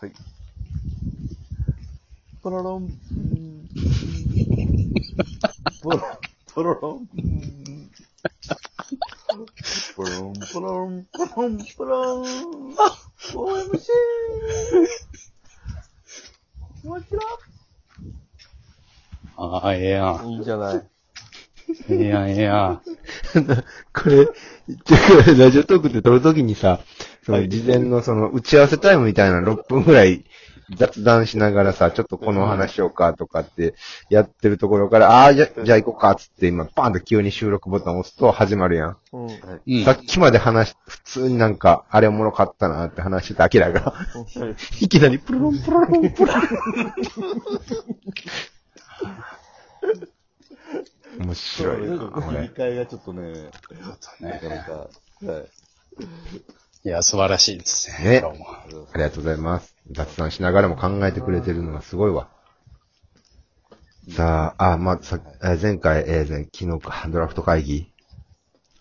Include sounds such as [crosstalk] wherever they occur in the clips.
はい。トロロン。ポロ、トロロン。ポロン、ポロン、ポロン、ポロン。OMC! 面白ああ、ええやん。いいんじゃないええやん、ええやん。 [laughs] これ、てか [laughs] ラジオトークって撮るときにさ、その事前のその打ち合わせタイムみたいな6分ぐらい雑談しながらさ、ちょっとこの話しようかとかってやってるところから、ああ、じゃ、じゃあ行こうかっつって今パーンと急に収録ボタン押すと始まるやん。うん。うんさ。っきまで話し、普通になんか、あれおもろかったなって話してたアキラが、 [laughs] いきなりプルロンプルロンプルロン。 [laughs] 面そう白いいうな、こ切りれ。替えがちょっとね、なかなか、はい。いや、素晴らしいですね。ねどうもありがとうございます。雑談しながらも考えてくれてるのがすごいわ。さあ、あ、まあ、さ、えー前回、えー前昨日か、ドラフト会議。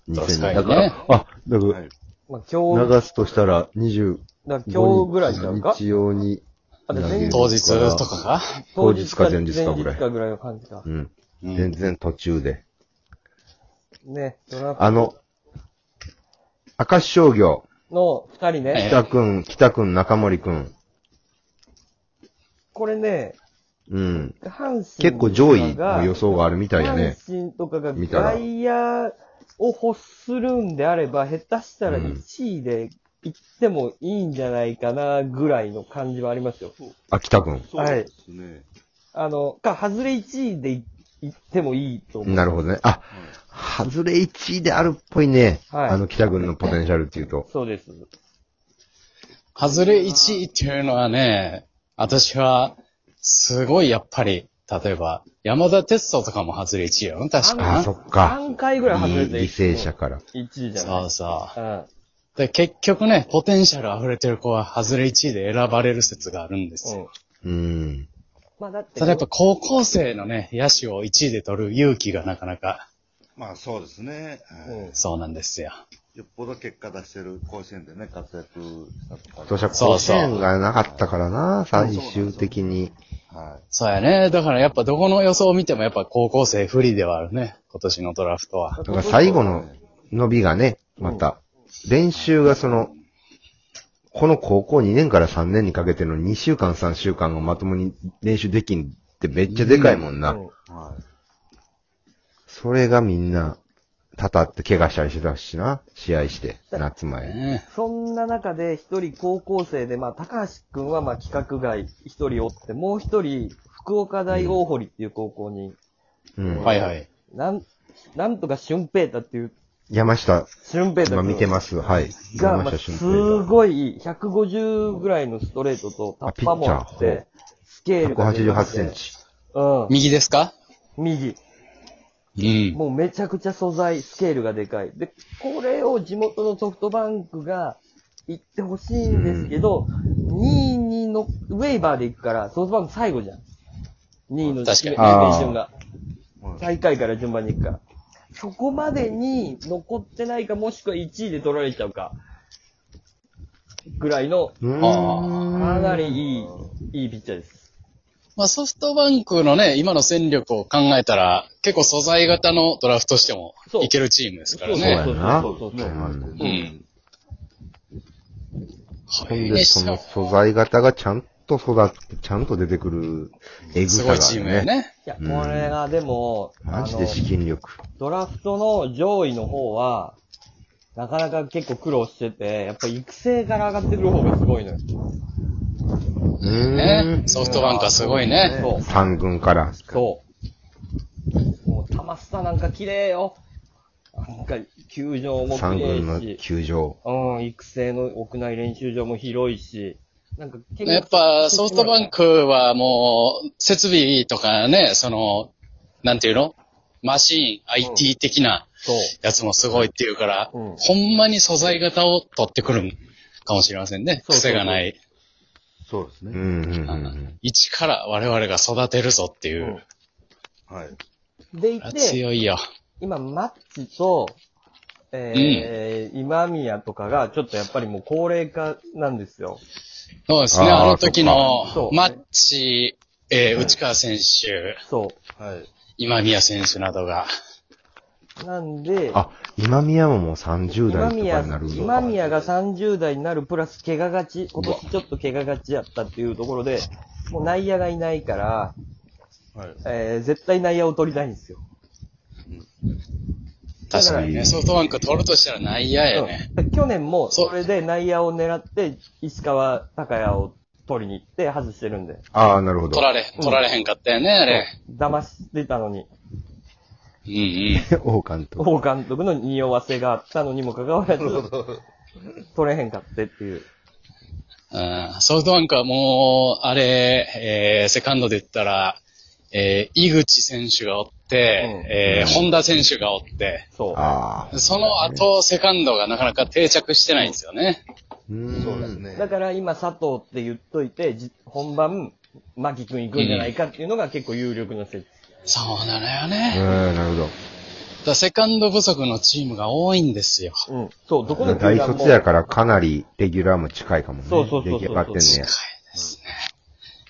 ドラフト会2000議ねだから、あ、だかはいまあ、今ら、日、流すとしたら20、だから今日ぐらいじゃんか日曜に、あで前当日とかか当日か前日かぐらい前日かぐらいの感じかう。ん。うん全然途中で。ね、ドラフあの、明石商業、の二人はいね。北くん、北くん、中森くん。これね、うん。阪神結構上位の予想があるみたいやね。阪神とかが見たら外野を欲するんであれば、下手したら1位で行ってもいいんじゃないかなぐらいの感じはありますよ。あ、北くん。そうですね。あの、か、外れ1位で行ってもいいと思う。なるほどね。あ、外れ1位であるっぽいね。はいあの、北くんのポテンシャルっていうと。そうです。外れ1位っていうのはね、私は、すごいやっぱり、例えば、山田哲人とかも外れ1位やろ確あかあ、にそ。っか。 3回ぐらい外れていい犠牲者から。 1位じゃないそうそうん。う。で、結局ね、ポテンシャル溢れてる子は外れ1位で選ばれる説があるんですよ。うんうん。まあだって、ただやっぱ高校生のね、野手を1位で取る勇気がなかなか、まあそうですね。はいうんそうなんですよ。よっぽど結果出してる甲子園でね、活躍したとか。今年はそ甲う子そう園がなかったからな、最終的に。はそうやね。だからやっぱどこの予想を見てもやっぱ高校生不利ではあるね。今年のドラフトは。だから最後の伸びがね、また、練習がその、この高校2年から3年にかけての2週間3週間がまともに練習できんってめっちゃでかいもんな。うんい。はい。それがみんな、たたって怪我したりしてたしな、試合して、夏前。ねそんな中で一人高校生で、まあ、高橋くんはまあ企画外一人おって、もう一人、福岡大大堀っていう高校に、うん。はいはい。なん、なんとか俊平太っていう、山下、俊平太今君見てます。はい。が、山まあ、下す俊平が。ごい、150ぐらいのストレートとタッパーもあっあピッチャーほうて、スケールが出てて188セン。チ。うん。右ですか右。うん。もうめちゃくちゃ素材、スケールがでかい。で、これを地元のソフトバンクが行ってほしいんですけど、2位にの、ウェイバーで行くから、ソフトバンク最後じゃん。2位の確かにあー順が。最下位から順番に行くから。そこまでに残ってないか、もしくは1位で取られちゃうか。ぐらいの、うーん。ああかなりいい、いいピッチャーです。まあソフトバンクのね、今の戦力を考えたら、結構素材型のドラフトしてもそういけるチームですからそうね。やな。そうそうそうそううんうん。はほんい。で、その素材型がちゃんと育って、ちゃんと出てくる、えぐすさごがいチームあやるね。ね。いや、これがでも、マジで資金力。ドラフトの上位の方は、なかなか結構苦労してて、やっぱ育成から上がってくる方がすごいのよ。うーねん。。ソフトバンクはすごいね。そう。三軍から。そう。もう、玉スタなんか綺麗よ。なんか、球場も三綺軍の麗し、球場。うん、育成の屋内練習場も広いし、なんか結構やっぱソフトバン。クはもう、設備とかね、その、なんていうのマシーン、IT 的なそう。やつもすごいっていうから、うんほんまに素材型を取ってくるかもしれませんね。そうそうそ癖うがない。そうですうね。んうんうんうん。一から我々が育てるぞっていう。うんはい。でいあて、強いよ。今、マッチと、えー今宮とかが、ちょっとやっぱりもう高齢化なんですよ。そうですね、あーあの時そのっ、かマッチ、えー、内川選手、そはい。今宮選手などが、う。なんで、あ、今宮ももう30代と今か宮になる、のか。今宮が30代になるプラス怪我がち、今年ちょっと怪我がちやったっていうところで、もう内野がいないから、はい。えー、絶対内野を取りたいんですよ。だ確からかにね、ソフトバンク取るとしたら内野やね。うん去年もそうそれで内野を狙って、石川昂也を取りに行って外してるんで、ああ、なるほど取。られ、取られへんかったよね、あれ。騙してたのに、うんうん。王監督。王監督の匂わせがあったのにもかかわ [laughs] らず、取れへんかってっていう。うんソフトバンクはもう、あれ、えーセカンドで言ったら、えー井口選手がおって、うんえー本田選手がおって、そう。ああ。その後、セカンドがなかなか定着してないんですよね。うーんそうです。ね。だから今佐藤って言っといて、じ本番、牧君行くんじゃないかっていうのが結構有力な説。そうなのようね。ん、なるほど。だからセカンド不足のチームが多いんですよ。うん。そう、どこの大球団も卒やからかなりレギュラーも近いかもね。そうそうそうそう出来上がってんね近いですね。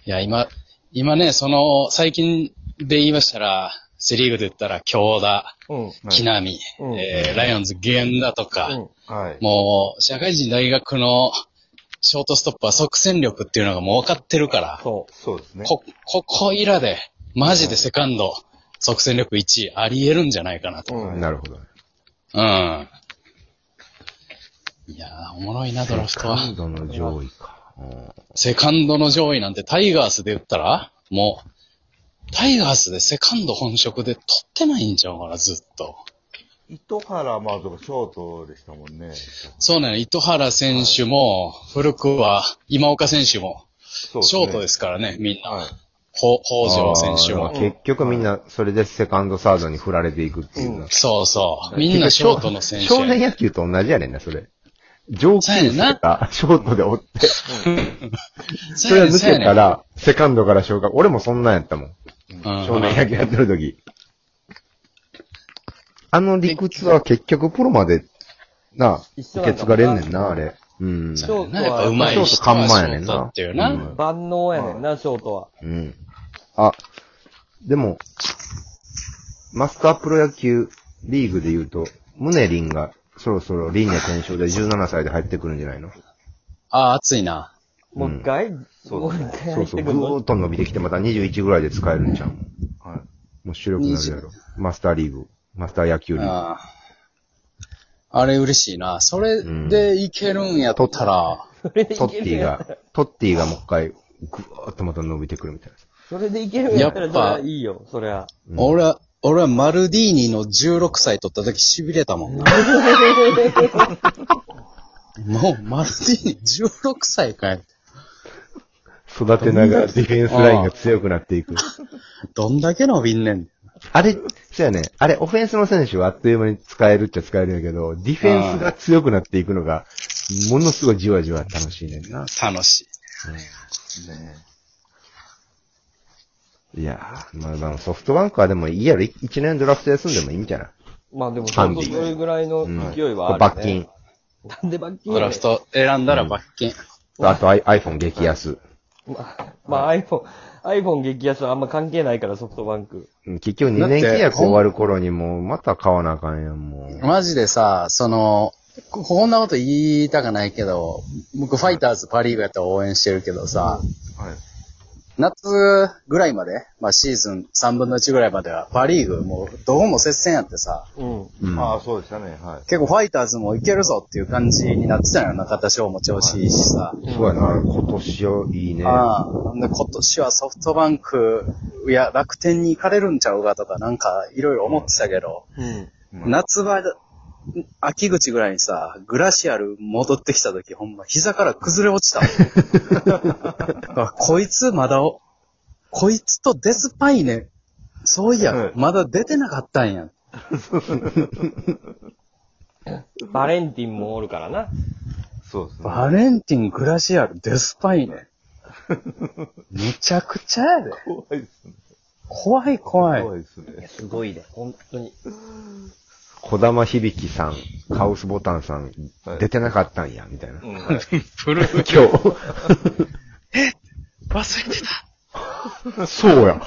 いや、今、今ね、その、最近で言いましたら、セリーグで言ったら、京田、うん。木浪、うんえーライオンズ、源田とか、うん。はい。もう、社会人大学のショートストップは即戦力っていうのがもう分かってるから、そそうですね。こ、ここいらで、マジでセカンド、即戦力1位あり得るんじゃないかなと。う。うや。ん。なるほど。うん。いやー、おもろいな、ドラフトは。ンドの上位か。うんセカンドの上位なんてタイガースで言ったら、もう、タイガースでセカンド本職で取ってないんちゃうかな、ずっと。糸原まずショートでしたもんね。そうなの、糸原選手も、古くは今岡選手も、そうショートですすからね、みんな。はい。ほ北条選手あもー。結局みんな、それでセカンド、サードに振られていくっていうの。そうそう。みんなショートの選手少や年ね。野球と同じやねんな、それ。上級生がショートで追って、そそうやれをね抜そうやけねたら、セカンドから昇格。俺もそんなんやったもん。うん少年野球やってる時。あの理屈は結局プロまで、な、一受緒なんだけ継がれんねんな、あれ。うん。シそョうーやなトやっぱは、上手い人はショートっていうな。うん万能やねんな、ショートは。うん。あ、でも、マスタープロ野球リーグで言うと、ムネリンがそろそろ輪廻転生で17歳で入ってくるんじゃないのああ、熱いな。もう一回、そうもう一そ回入うってそう、くるぐーのっと伸びてきてまた21ぐらいで使えるんじゃん。はい。もう主力になるやろ。マスターリーグ、マスター野球リーグ。あああれ嬉しいな。それでいけるんやったら、それでトいッテけるィんやった [laughs] らが、トッティがもう一回、ぐーっとまた伸びてくるみたいな。それでいけるんやったやら、っそりぱゃいいよ、そり [laughs] ゃ。うん俺は、俺はマルディーニの16歳取った時痺れたもんな。もうマルディーニ16歳かい。育てながらディフェンスラインが強くなっていく。どんだけ伸びんねん。あれ、そうやね。あれ、オフェンスの選手はあっという間に使えるっちゃ使えるんやけど、ディフェンスが強くなっていくのが、ものすごいじわじわ楽しいねんな。楽しい。ねいやー、まあまあ、ソフトバンクはでもいいやろ。い一年ドラフト休んでもいいんじゃないまあでも、ハン本デ当ィそれぐらいのうん。勢いはある、ね。罰金。。なんで罰金ドやラねんフト選んだら罰金。あとアイ iPhone 激安。まあ、まあ、iPhone、iPhone 激安はあんま関係ないから、ソフトバンク。うん結局2年契約終わる頃にもう、また買わなあかんやん、もう。マジでさ、その、ここんなこと言いたくないけど、僕ファイターズパリーグやったら応援してるけどさ、はい。夏ぐらいまで、まあシーズン3分の1ぐらいまではパリーグもうどこも接戦やってさ、うん。うんああ、そうでしたね。はい。結構ファイターズもいけるぞっていう感じになってたのよ。中田翔も調子いいしさ。そうやな、今年はいいね。ああ。で、今年はソフトバンク、いや、楽天に行かれるんちゃうかとか、なんか、いろいろ思ってたけど、うん。うん夏場、秋口ぐらいにさ、グラシアル戻ってきた時、ほんま、膝から崩れ落ちたもん。あこいつまだお、こいつとデスパイネ、そういや、はいまだ出てなかったんや。バレンティンもおるからな。そうですね。バレンティン、グラシアル、デスパイネ。むちゃくちゃやで。怖いですね。怖い怖い。怖いですね。すごいね、本当に。小玉響さん、カウスボタンさん、はい出てなかったんや、みたいな。 [laughs] うん、はい。ブルー、今日、忘れてた。そうや。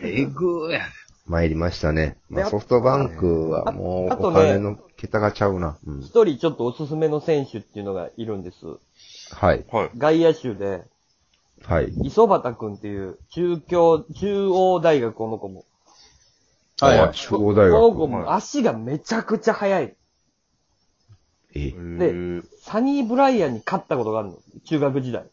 えぐーやん。 [laughs] 参りましたね。まであ、あソフトバンクはもああうとおね金の桁がちゃうな。うん、一人ちょっとおすすめの選手っていうのがいるんです。はい。はい。外野手で、はい。磯端くんっていう中京、中央大学この子も。はいはいあ中央大この学。子も足がめちゃくちゃ速い。え、で、サニー・ブライアンに勝ったことがあるの。中学時代。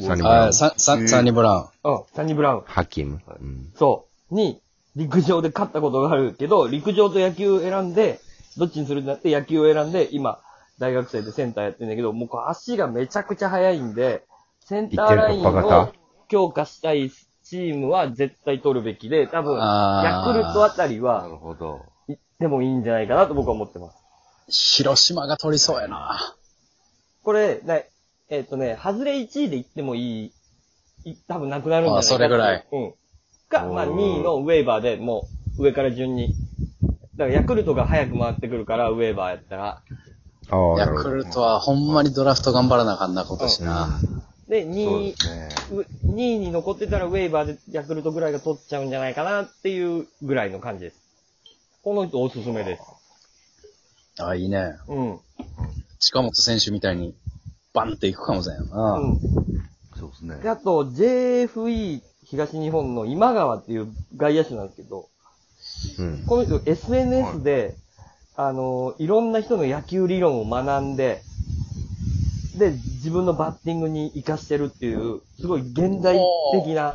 サニブラウあンー、サササニブラウン。うん、サニー・ブラウン。ハキム。うんそう。に、陸上で勝ったことがあるけど、陸上と野球を選んで、どっちにするんだって野球を選んで、今、大学生でセンターやってんだけど、もうこう足がめちゃくちゃ速いんで、センターラインいってるかバをカ強化したいチームは絶対取るべきで、多分、ヤあークルトあたりなはるほど。行ってもいいんじゃないかなと僕は思ってます。広島が取りそうやな。これ、ね、えっ、とね、ハズレ1位で行ってもいい、い多分なくなるんじゃないかなあそれぐらい。うん。か、まあうん2位のウェーバーでもう上から順に。だからヤクルトが早く回ってくるから、ウェーバーやったら。ああ、なヤるクほど。ルトはほんまにドラフト頑張らなあかんな、今年な。で、そう2で位、すね。う2位に残ってたらウェーバーでヤクルトぐらいが取っちゃうんじゃないかなっていうぐらいの感じです。この人おすすめです。あ、いいね。うん。うん。近本選手みたいに、バンっていくかもしれんよな。そうですねで、。あと、JFE 東日本の今川っていう外野手なんですけど、うん。この人 SNS で、あの、いろんな人の野球理論を学んで、で、自分のバッティングに活かしてるっていう、すごい現代的な、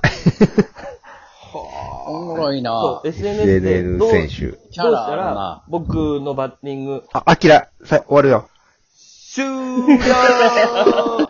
おもろいそなう、。SNS でど SLL う、どう選し手。キたャラあるらな。僕のバッティング、あ、アキラ、さ、終わるよ。終了 [laughs]